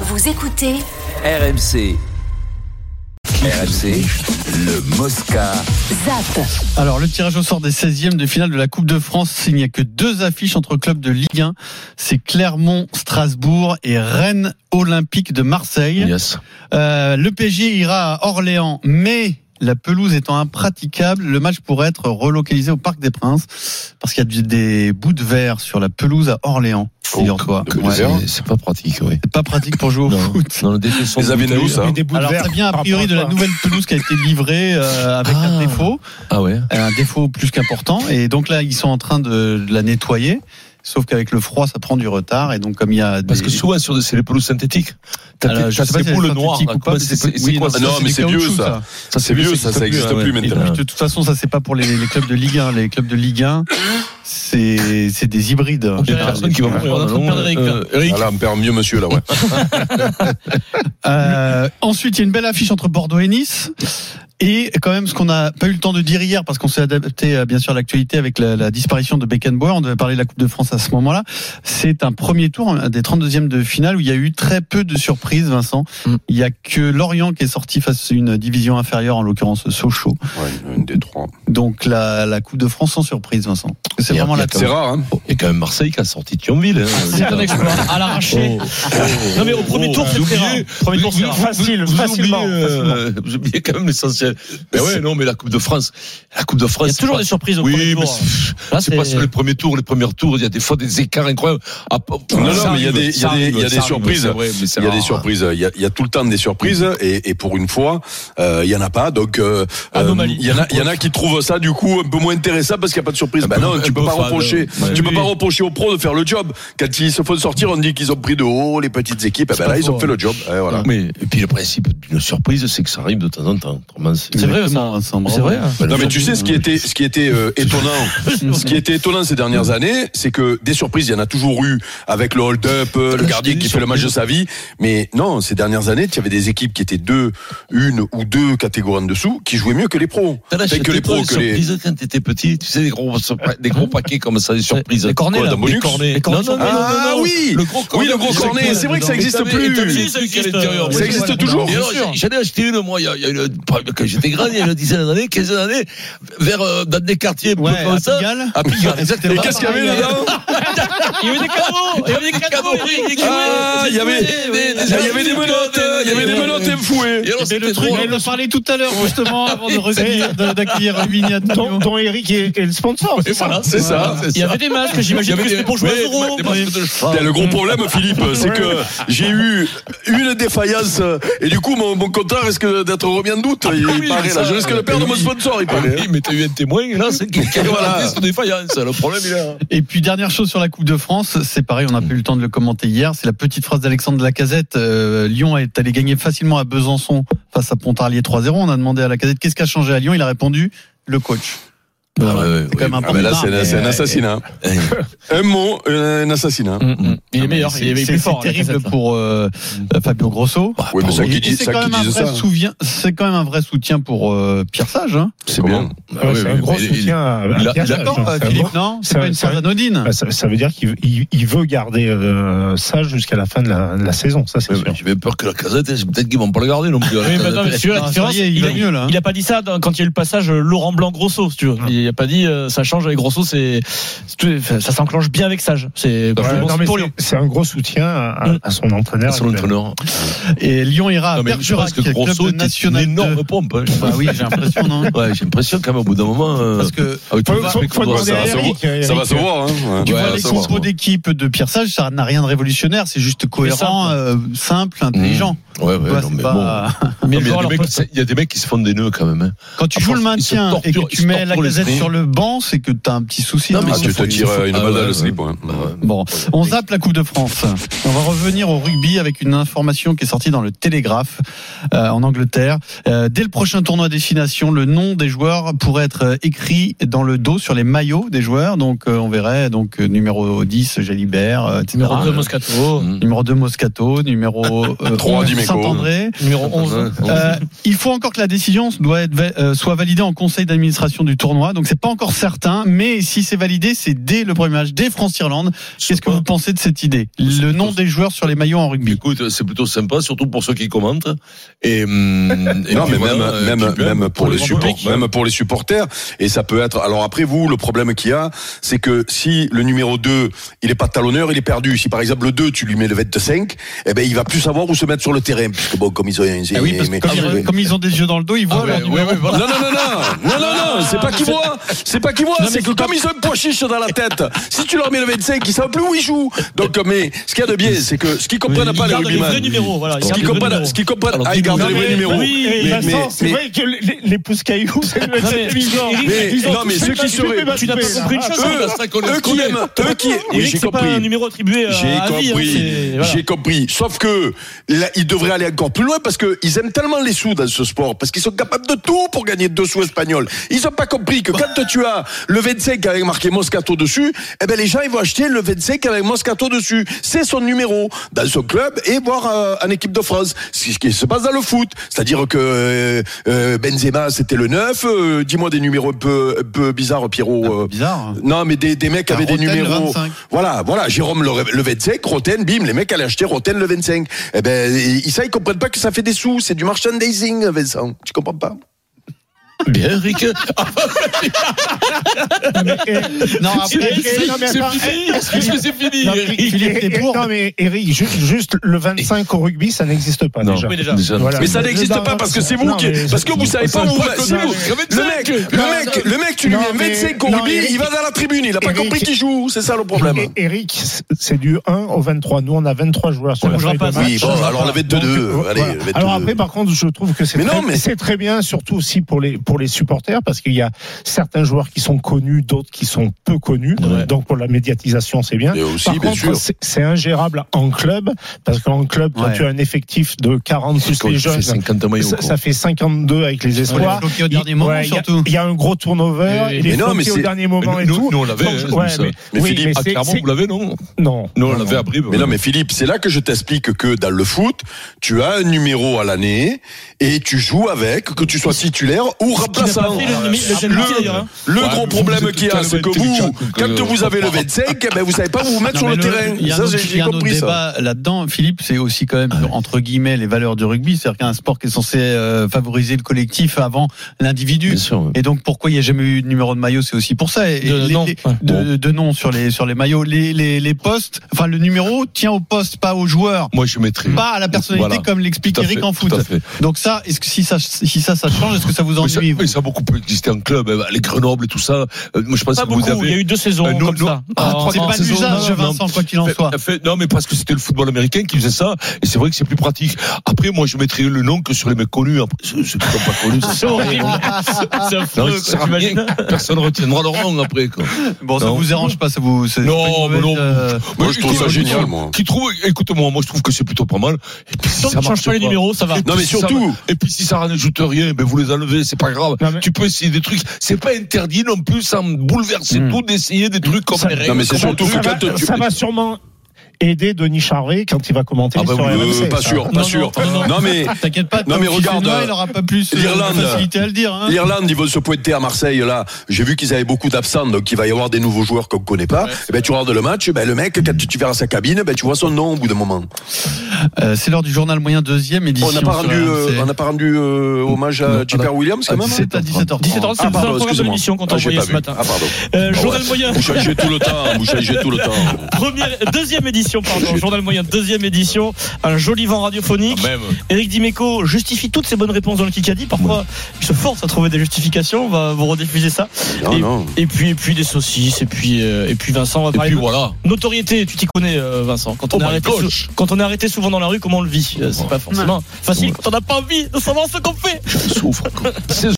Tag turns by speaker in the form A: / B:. A: Vous écoutez
B: RMC. RMC, le Mosca.
A: ZAP.
C: Alors, le tirage au sort des 16e de finale de la Coupe de France, il n'y a que deux affiches entre clubs de Ligue 1. C'est Clermont-Strasbourg et Rennes Olympique de Marseille.
D: Yes.
C: Euh, le PSG ira à Orléans, mais la pelouse étant impraticable, le match pourrait être relocalisé au Parc des Princes parce qu'il y a du- des bouts de verre sur la pelouse à Orléans.
D: Oh,
C: Figure-toi.
D: Que- que-
C: Ouais.
D: c'est- C'est pas pratique, oui.
C: C'est pas pratique pour jouer au
D: Non.
C: foot.
D: Dans le détestant
E: Les
D: de
E: avions de
D: bouteille,
E: nous, ça.
D: là.
E: hein.
C: Alors, ça vient a priori de la nouvelle pelouse qui a été livrée euh, avec un
D: Ah.
C: défaut.
D: Ah ouais.
C: un défaut plus qu'important. Et donc là, ils sont en train de, de la nettoyer. Sauf qu'avec le froid, ça prend du retard. Et donc, comme il y a des...
D: Parce que souvent, sur des- c'est les pelouses synthétiques. T'as
C: Alors, je
D: t'as
C: sais
D: tes
C: pas si
D: poules
C: elles sont
D: noires,
C: synthétiques
D: là.
C: ou pas,
D: Comment
C: mais
D: c'est-
C: c'est-
D: c'est-
C: oui,
D: quoi,
C: non,
D: ça
C: c'est
E: non, mais
C: du
E: c'est
C: caoutchouc,
E: vieux, ça.
D: Ça,
E: c'est vieux, ça, ça existe plus
D: hein. ouais.
C: Et
E: maintenant.
C: puis, de toute façon, ça, c'est pas pour les, les clubs de Ligue 1. Les clubs de Ligue 1, c'est c'est des hybrides.
D: Il y a personne qui va mourir dans le long, euh, Eric.
E: Voilà, on perd mieux monsieur là, ouais.
C: Euh, ensuite, il y a une belle affiche entre Bordeaux et Nice. Et quand même, ce qu'on n'a pas eu le temps de dire hier, parce qu'on s'est adapté euh, bien sûr à l'actualité avec la, la disparition de Beckenbauer, on devait parler de la Coupe de France à ce moment-là, c'est un premier tour un des 32e de finale où il y a eu très peu de surprises, Vincent.
D: Mm.
C: Il y a que Lorient qui est sorti face à une division inférieure, en l'occurrence Sochaux.
E: Ouais, une des trois.
C: Donc la, la Coupe de France sans surprise, Vincent. C'est
D: Il y a-
C: vraiment
D: il y a
C: la
D: quand
E: C'est rare, hein.
D: Il y a Oh, quand même Marseille qui a sorti Thionville. hein.
F: C'est un exploit à l'arraché. Non mais au premier tour c'est
D: vous
F: très rare.
D: oubliez-
F: Premier tour
D: Vous-
F: c'est
D: vous-
F: rare.
D: vous-
F: facile,
D: vous
F: facilement.
D: oubliez,
F: facilement.
D: euh, Vous oubliez quand même l'essentiel. Mais ouais, non, mais la Coupe de France, la Coupe de
F: Il
D: France.
F: y a
D: c'est
F: toujours
D: pas-
F: des surprises au
D: Oui,
F: premier
D: mais
F: tour. hein.
D: c'est-
F: Là
D: c'est
F: c'est
D: pas sur les premiers tours, les premiers tours. Il y a des fois des écarts incroyables. Ah,
E: Non, non,
D: ça
E: mais il y a
D: arrive,
E: des- il y a
D: ça
E: des-
D: arrive,
E: il y
D: ça
E: a des
D: arrive,
E: surprises.
D: c'est vrai, mais c'est
E: Il y a
D: rare.
E: des surprises, il y a, il y a tout le temps des surprises, et, et pour une fois, euh, il y en a pas. Donc, euh,
F: Anomalie.
E: euh, il y en a, il y en a qui trouvent ça du coup un peu moins intéressant parce qu'il n'y a pas de surprise.
D: Un
E: Ben
D: peu-
E: non, tu
D: un
E: peux
D: peu
E: pas
D: fade,
E: reprocher,
D: ouais.
E: tu peux
D: Oui.
E: pas reprocher aux pros de faire le job. Quand ils se font sortir, on dit qu'ils ont pris de haut les petites équipes. Eh
C: C'est
E: Ben là,
C: pas
E: ils ont
C: faux,
E: fait
D: hein.
E: le job. Eh, voilà.
D: Mais et puis le principe d'une surprise, c'est que ça arrive de temps en temps. Autrement,
F: C'est vrai,
C: Exactement, Vincent, bravo. Mm.
F: C'est vrai.
D: Bah,
E: Non mais
D: le-
E: tu sais ce qui était ce qui était euh, étonnant, ce qui était étonnant ces
D: Mm.
E: dernières années, c'est que des surprises, il y en a toujours eu avec le hold-up, euh, le gardien qui fait le match de sa vie, mais non, ces dernières années, tu avais des équipes qui étaient deux, une ou deux catégories en dessous qui jouaient mieux que les pros.
D: T'as lâché
E: Et que les
D: pas
E: pros
D: des
E: que les
D: surprises quand t'étais petit, tu sais des gros surpri- des gros paquets comme ça, des surprises.
F: les cornets,
D: Quoi,
F: là.
D: dans Bonux
F: Les cornets. Les
D: Non
F: cornets
D: non non,
F: sont-
D: non,
E: Ah,
D: non, non.
E: oui.
D: le gros cornet.
E: Oui, le gros cornet,
D: quoi,
E: c'est vrai que
D: dedans
E: ça existe
D: Mais t'as
E: plus.
D: vu, t'as vu,
F: Oui,
D: ça
F: ça
D: existe
F: existe,
D: à l'intérieur.
F: euh,
D: Moi,
E: ça
D: j'ai-
E: existe
D: moi,
E: toujours.
D: et
E: Bien
D: alors,
E: sûr.
D: j'ai- J'en ai acheté une moi il y a, il y a une, quand j'étais grand, il y a une dizaine d'années, quinzaine d'années, vers euh, dans des quartiers un peu
C: Ouais,
D: comme
C: à
D: ça.
C: Pigalle.
D: À Pigalle, exactement.
E: Et qu'est-ce qu'il y avait là-dedans
F: Il y avait des
D: Oh,
F: cadeaux. Il y avait des cadeaux.
E: Ah, il y avait il y avait des menottes, euh, il y avait des menottes et un fouet.
D: Et alors,
C: Mais
D: c'était
C: le truc,
D: drôle.
C: elle en parlait tout à l'heure justement avant de recueillir- de- d'accueillir Vignatino.
G: dont, dont Eric est, est le sponsor.
D: Et voilà,
E: C'est ça.
D: c'est
F: Il y avait des masques,
D: Il y
F: j'imagine
D: avait
F: que
D: des
F: c'était pour jouer à Zorro.
D: des masques de cheval.
E: Putain, Le gros problème, Philippe,
D: Ah,
E: c'est que j'ai eu une défaillance euh, et du coup, mon, mon compteur risque d'être remis en doute. Il
D: Ah, oui,
E: paraît,
D: c'est
E: là.
D: ça. ah, bah
E: Je risque de perdre
D: Oui.
E: mon sponsor, il paraît. hein.
D: Oui, mais t'as eu un témoin, et là, c'est quelqu'un qui a
E: Voilà.
D: raté son défaillance. Le problème, il est là.
C: Et puis dernière chose sur la Coupe de France, c'est pareil, on n'a pas eu le temps de le commenter hier, c'est la petite phrase d'Alexandre Lacazette, euh, Lyon est allé gagner facilement à Besançon face à Pontarlier 3-0, on a demandé à Lacazette qu'est-ce qui a changé à Lyon, il a répondu le coach. Voilà.
D: ouais,
C: c'est quand même un
E: Ah
C: peu
E: ben là,
C: bizarre,
E: c'est un,
C: mais,
E: c'est un
C: euh,
E: assassinat.
D: Eh,
E: Un mot, euh, un assassinat.
F: Mm, Il est meilleur,
C: c'est-
F: il est
C: c'est-
F: plus fort. hein,
C: C'est terrible
F: Lacazette.
C: pour euh, euh, Fabio Grosso.
D: bah,
E: Oui, Mm. mais
D: pardon.
E: ça qui
C: Et- et
E: dit
C: c'est
E: ça,
C: quand,
E: qui
C: même un
E: dit
C: vrai
E: ça.
C: souvien- c'est quand même un vrai soutien pour euh, Pierre Sage. Hein
D: C'est
E: Comment
D: bien. Bah
G: Ouais,
D: oui,
G: c'est
D: mais
G: un gros
D: il- il-
G: soutien à, à
D: il a-
G: Pierre
D: il a-
G: Sage,
C: D'accord,
G: hein,
C: euh,
G: c'est un
C: Philippe,
G: bon-
C: non C'est
G: ça-
C: pas une
G: ça-
C: phrase anodine.
G: Bah, ça, ça veut dire qu'il il- il veut garder euh, ça jusqu'à la fin de la, de la saison, ça c'est
D: Ouais, mais
G: sûr.
D: J'avais peur que la casette, eh, peut-être qu'ils vont pas le garder non plus.
F: Oui, mais bah non, mais tu vois, la
C: Ah, ça
F: différence,
C: y est, il
F: il
C: va
F: a-
C: mieux, là, hein.
F: Il a pas dit ça dans- quand il y a eu le passage euh, Laurent Blanc Grosso, si tu veux. Il a pas dit euh, ça change avec Grosso, c'est c'est tout- enfin, ça s'enclenche bien avec Sage. C'est
G: Ouais,
F: c'est bon,
G: non,
F: c'est
G: mais
F: pour
G: c'est-
F: Lyon.
G: c'est un gros soutien à, à-
F: Mm.
G: à son entraîneur.
D: Son entraîneur.
C: Et Lyon ira à
D: Non, mais je
C: Ah, Bergerac,
D: pense que
C: qui est le
D: Grosso
C: club de
D: était une
C: national.
D: énorme pompe. hein.
C: deux. Bah oui, j'ai l'impression, non
D: Ouais, j'ai l'impression quand même au bout d'un moment. euh,
C: Parce que
D: avec tout
G: Faut-
D: le respect
G: faut-
D: qu'on
G: faut
D: doit-
E: Ça
G: demander
E: va
G: à
E: se voir.
G: Eric, euh,
E: Ça va
G: Eric,
E: se voir. hein.
C: Tu vois,
D: Ouais, ça
C: les
D: va, ça
C: compos
D: va.
C: d'équipe de Pierre Sage, ça n'a rien de révolutionnaire, c'est Mmh. juste cohérent, euh, simple, intelligent.
D: Ouais, ouais,
C: Tu vois, Bah,
D: non,
C: c'est
D: mais bon.
C: pas-
F: Mais
D: Non,
F: le
D: mais il y a
F: joueur,
D: des
F: leur
D: mecs-
F: poste-
D: c'est- Il y a des mecs qui se font des nœuds quand même. hein.
C: Quand tu
D: Ah,
C: joues
D: franchement,
C: le
D: ils se
C: maintien et que
D: torturent, ils
C: tu
D: se
C: mets la
D: torturent les
C: casette
D: esprits.
C: sur le banc, c'est que t'as un petit souci.
D: Non,
C: dans
D: mais
C: la
E: Ah, tu te
C: tête.
E: tires euh, une
D: Ah,
E: balle dans
D: ouais,
E: le slip.
D: ouais.
E: ouais.
D: Ouais.
C: Bon, on zappe la Coupe de France. On va revenir au rugby avec une information qui est sortie dans le Télégraphe euh, en Angleterre. Euh, dès le prochain tournoi destination, le nom des joueurs pourrait être euh, écrit dans le dos sur les maillots des joueurs. Donc euh, on verrait donc euh, numéro 10 Jalibert, euh, etc.
F: Numéro 2 Moscato,
D: Mm.
C: Numéro 2 Moscato, numéro euh,
E: Trois,
C: 11,
E: Dimeco.
C: Saint-André.
F: numéro 11.
D: Ouais, ouais.
C: Euh, il faut encore que la décision doit être, va- euh, soit validée en conseil d'administration du tournoi. Donc Donc c'est pas encore certain, mais si c'est validé, c'est dès le premier match, dès France-Irlande. Qu'est-ce que vous pensez de cette idée Le nom des joueurs sur les maillots en rugby.
D: Écoute, c'est plutôt sympa, surtout pour ceux qui commentent. Et, hum, et
E: non,
D: puis
E: mais
D: voilà,
E: même,
D: euh,
E: même,
D: qui peut-
E: même pour, les
D: grand
E: support-
D: public.
E: même pour les supporters. Et ça peut être. Alors après, vous, le problème qu'il y a, c'est que si le numéro 2, il est pas talonneur, il est perdu. Si par exemple le 2, tu lui mets le 25, eh ben, il va plus savoir où se mettre sur le terrain. Puisque bon, comme ils ont.
C: Ah oui, parce que
E: mais-
C: comme, ils, comme ils ont des yeux dans le dos, ils voient
D: Ah
C: leur
D: ouais,
C: numéro.
D: ouais, ouais, voilà.
E: Non, non, non, non, non, non, non, c'est pas qu'ils voient, c'est pas qu'ils voient, c'est que comme ils ont un pois chiche dans la tête, si tu leur mets le 25, ils savent plus où ils jouent. Donc, mais ce qu'il y a de bien, c'est que ce qu'ils comprennent pas, les
F: Ils gardent les vrais
E: rugbyman,
F: numéros, voilà. ils
E: ce
F: gardent
E: qu'ils
F: les vrais
E: comprennent,
F: numéros.
E: ce qu'ils comprennent,
D: Alors,
E: ah, ils gardent les vrais numéros.
F: Oui,
G: Et
E: Mais-
G: Vincent,
E: mais-
G: c'est
E: mais-
G: vrai que les, les pouces cailloux, c'est le
F: Non, mais- Eric,
E: Mais- non, mais ceux qui seraient-
F: Tu n'as pas compris une chose,
E: Eux,
F: c'est
E: Eux qui aiment, eux qui, oui,
F: Eric,
E: j'ai
F: c'est pas un
E: compris.
F: numéro attribué euh,
E: J'ai
F: à vie. hein,
E: compris,
F: c'est- voilà.
E: j'ai compris. Sauf que là, ils devraient aller encore plus loin parce que ils aiment tellement les sous dans ce sport, parce qu'ils sont capables de tout pour gagner deux sous espagnols. Ils n'ont pas compris que quand tu as le 25 avec marqué Moscato dessus, eh ben les gens ils vont acheter le 25 avec Moscato dessus. C'est son numéro dans son club et voir euh, en équipe de France. C'est ce qui se passe dans le foot, c'est-à-dire que euh, euh, Benzema c'était le 9. euh, Dis-moi des numéros un peu, un peu bizarres,
F: Ah,
E: Pierrot. euh,
C: Bizarre.
D: hein.
E: non, mais des, des mecs
C: Ah,
E: avaient des
C: Roten, le
E: numéros.
C: 25.
E: Voilà, voilà, Jérôme le, le 25, Roten, bim, les mecs allaient acheter Roten le 25. Eh ben, ils, ça, ils comprennent pas que ça fait des sous, c'est du merchandising, Vincent. Tu comprends pas
G: Ah,
D: Bien, Eric.
C: Non,
D: C'est
C: après,
D: fini.
G: non, mais
D: c'est
G: attends,
D: fini. Est-ce que c'est fini,
C: Non,
D: Eric
C: Philippe Desbourg.
G: Non, mais Eric, ju- juste, le 25 au rugby, ça n'existe pas
D: Non.
G: Ah, déjà.
F: Oui, déjà.
G: Voilà.
E: Mais ça n'existe
G: Non,
E: pas parce que c'est vous
G: non,
E: qui,
G: mais-
E: parce que vous savez pas où
D: pas
E: va-
D: que
E: c'est
D: non,
E: vous.
D: mais-
E: Le mec, le
G: Non,
E: mec, le mec, tu lui
G: non,
E: mets
G: mais-
E: 25 au
G: non,
E: rugby,
G: Eric-
E: il va dans la tribune, il a pas
G: Eric-
E: compris qu'il joue, c'est ça le problème.
G: Et- Eric, c'est du 1 au 23. Nous, on a 23 joueurs sur
F: On
G: la
F: bougera
G: feuille de
F: pas,
G: match.
E: Oui, bon, alors on avait deux,
G: Donc,
E: deux.
G: euh,
E: Allez,
G: voilà.
E: on avait
G: Alors
E: deux, deux.
G: après, par contre, je trouve que c'est
E: Mais
G: très,
E: non, mais-
G: c'est très bien, surtout aussi pour les, pour les supporters, parce qu'il y a certains joueurs qui sont connus, d'autres qui sont peu connus.
D: Ouais.
G: Donc pour la médiatisation, c'est bien.
E: Et aussi,
G: Par
E: bien
G: contre,
E: sûr.
G: c'est- c'est ingérable en club, parce qu'en club, quand
C: Ouais.
G: tu as un effectif de 40 plus les jeunes, ça,
D: 50 maillots. quoi.
G: ça fait 52 avec les
C: on l'a
G: espoirs.
C: bloqué au
G: Il-
C: dernier moment
G: ouais, il y a-
C: surtout.
G: Il y a un gros turnover,
F: Mais-
G: il
E: mais
G: est
E: non, mais
G: bloqué au
E: c'est-
G: dernier moment et
D: nous,
G: tout.
D: nous, on l'avait,
G: Donc,
D: hein,
G: ouais,
D: ça.
G: mais-
E: Mais
G: oui,
E: Philippe,
G: mais
D: Ah,
G: c'est-
D: clairement,
G: c'est-
D: vous l'avez, non
G: Non.
D: Non, on l'avait à Brive.
E: Mais non, mais Philippe, c'est là que je t'explique que dans le foot, tu as un numéro à l'année et tu joues avec, que tu sois titulaire ou
F: pas
E: remplaçant.
F: fait le numéro- le
E: Le,
F: numéro, d'ailleurs, hein.
E: le
D: Ouais,
E: gros
D: mais vous
E: problème
D: êtes
E: qu'il y a,
D: tellement
E: c'est que
D: intelligent euh,
E: vous,
D: que-
E: quand vous avez le 25, eh ben vous savez pas où vous mettre sur
C: Non,
E: le,
C: mais le-
E: terrain.
C: Il y a un
E: Ça,
C: autre,
E: j'ai-
C: il y
E: j'ai
C: a un autre
E: compris ça.
C: débat là-dedans, Philippe, c'est aussi quand même,
D: Ah
C: entre guillemets, les valeurs du rugby. C'est-à-dire qu'un sport qui est censé euh, favoriser le collectif avant l'individu.
D: sûr.
C: Et donc, pourquoi il n'y a jamais eu de numéro de maillot C'est aussi pour ça. Et
F: De
C: les-
F: nom,
C: les-
F: ouais.
C: de- de nom sur les, sur les maillots. Les, les, les postes, enfin, le numéro tient au poste, pas au joueur.
D: Moi, je mettrais.
C: Pas à la personnalité
D: Voilà.
C: comme l'explique
D: Tout à
C: Eric
D: fait,
C: en foot.
D: tout à fait.
C: Donc ça, est-ce que si ça, si ça, ça change, est-ce que ça vous
D: Mais ça,
C: ennuie vous
D: mais ça a beaucoup existé en club. hein, Les Grenobles et tout ça. Euh, Moi, je pense
F: Pas
D: que vous
F: beaucoup. Il y a
D: avez.
F: eu deux saisons
D: Euh, nous-
F: comme
D: nous-
F: ça.
D: Ah,
F: En-
D: trois-
C: C'est
E: Oh,
D: non,
C: pas
D: saison,
C: l'usage,
D: non,
C: Vincent, quoi qu'il en
D: Fait-
C: soit.
D: fait- non, mais parce que c'était le football américain qui faisait ça, et c'est vrai que c'est plus pratique. Après, moi, je mettrais le nom que sur les mecs connus. Après, ceux, ceux qui sont pas connus, ça
F: C'est
D: sert à rien.
F: horrible. C'est
D: Non,
F: affreux,
D: ça sert
F: quoi,
D: à rien.
F: t'imagines
D: Personne retiendra leur nom après. Quoi.
C: Bon, ça
D: Non.
C: vous dérange pas, ça vous. c'est- c'est pas
D: Non,
C: une
D: mais non.
C: mauvaise, euh,
E: Moi, je trouve ça
D: écoute,
E: génial, moi.
D: Qui trouve, écoute-moi, moi, je trouve que c'est plutôt pas mal. Et puis, si
F: Tant que
D: ça
F: tu changes
D: marche
F: pas les numéros, ça va.
D: Et puis,
E: Non, mais
D: si ça-
E: surtout-
D: et puis si ça n'ajoute rien, ben vous les enlevez, c'est pas grave.
G: Non, mais-
D: Tu peux essayer des trucs. C'est pas interdit non plus, sans bouleverser
C: Hmm.
D: tout, d'essayer des trucs comme
G: Ça-
D: les règles.
E: Non, mais c'est
D: comme
E: surtout
D: le
E: que
D: truc.
G: ça,
E: quand
G: va,
E: tu-
G: ça va sûrement aider Denis Charvet quand il va commenter
D: Ah bah
G: sur
D: oui,
E: Euh,
G: RMC,
E: pas
G: ça.
E: sûr, pas
C: Non,
E: sûr.
C: non, non, non.
E: Non, mais.
C: T'inquiète pas,
E: Non,
C: tant
E: mais
C: qu'il
E: regarde,
C: fait noir, il aura pas plus euh,
E: l'Irlande.
C: de facilité à le dire. Hein.
E: L'Irlande, ils veulent se pointer à Marseille, là. J'ai vu qu'ils avaient beaucoup d'absents, donc il va y avoir des nouveaux joueurs qu'on connaît pas. Eh ben, tu regardes le match, ben, le mec, quand tu, tu verras sa cabine, ben, tu vois son nom au bout d'un moment.
C: Euh, c'est l'heure du journal moyen deuxième édition.
E: On n'a pas,
C: sur
E: rendu, euh,
C: RMC.
E: on Ah, n'a pas rendu euh, hommage à J.P.R. Williams, quand même hein
C: C'est à 17h30.
F: 17h30, Ah, c'est
E: Ah, pardon,
F: le seul programme de
E: excusez-moi.
F: l'émission qu'on t'a
E: Ah, j'ai
F: envoyé
E: pas
F: ce
E: vu.
F: matin.
E: Ah, pardon.
F: Euh,
E: Ah,
F: Journal
E: ouais.
F: moyen.
E: Vous changez tout le temps, vous changez tout le temps.
F: Première, deuxième édition, pardon. Journal moyen, deuxième édition. Un joli vent radiophonique.
D: Même.
F: Eric Dimeco justifie toutes ses bonnes réponses dans le Kikadi. Parfois, il se force à trouver des justifications. On va vous rediffuser ça.
E: Non,
F: et,
E: non.
F: et puis, et puis des saucisses. Et puis, euh, et puis Vincent, on va
D: Et
F: parler
D: puis
F: de
D: voilà.
F: notoriété. Tu t'y connais, euh, Vincent. Quand on,
D: Oh
F: est
D: my
F: arrêté
D: gosh.
F: sou- quand on est arrêté souvent dans la rue, comment on le vit Euh, C'est pas forcément facile quand on n'a pas envie de savoir ce qu'on fait.
D: Je souffre. quoi. C'est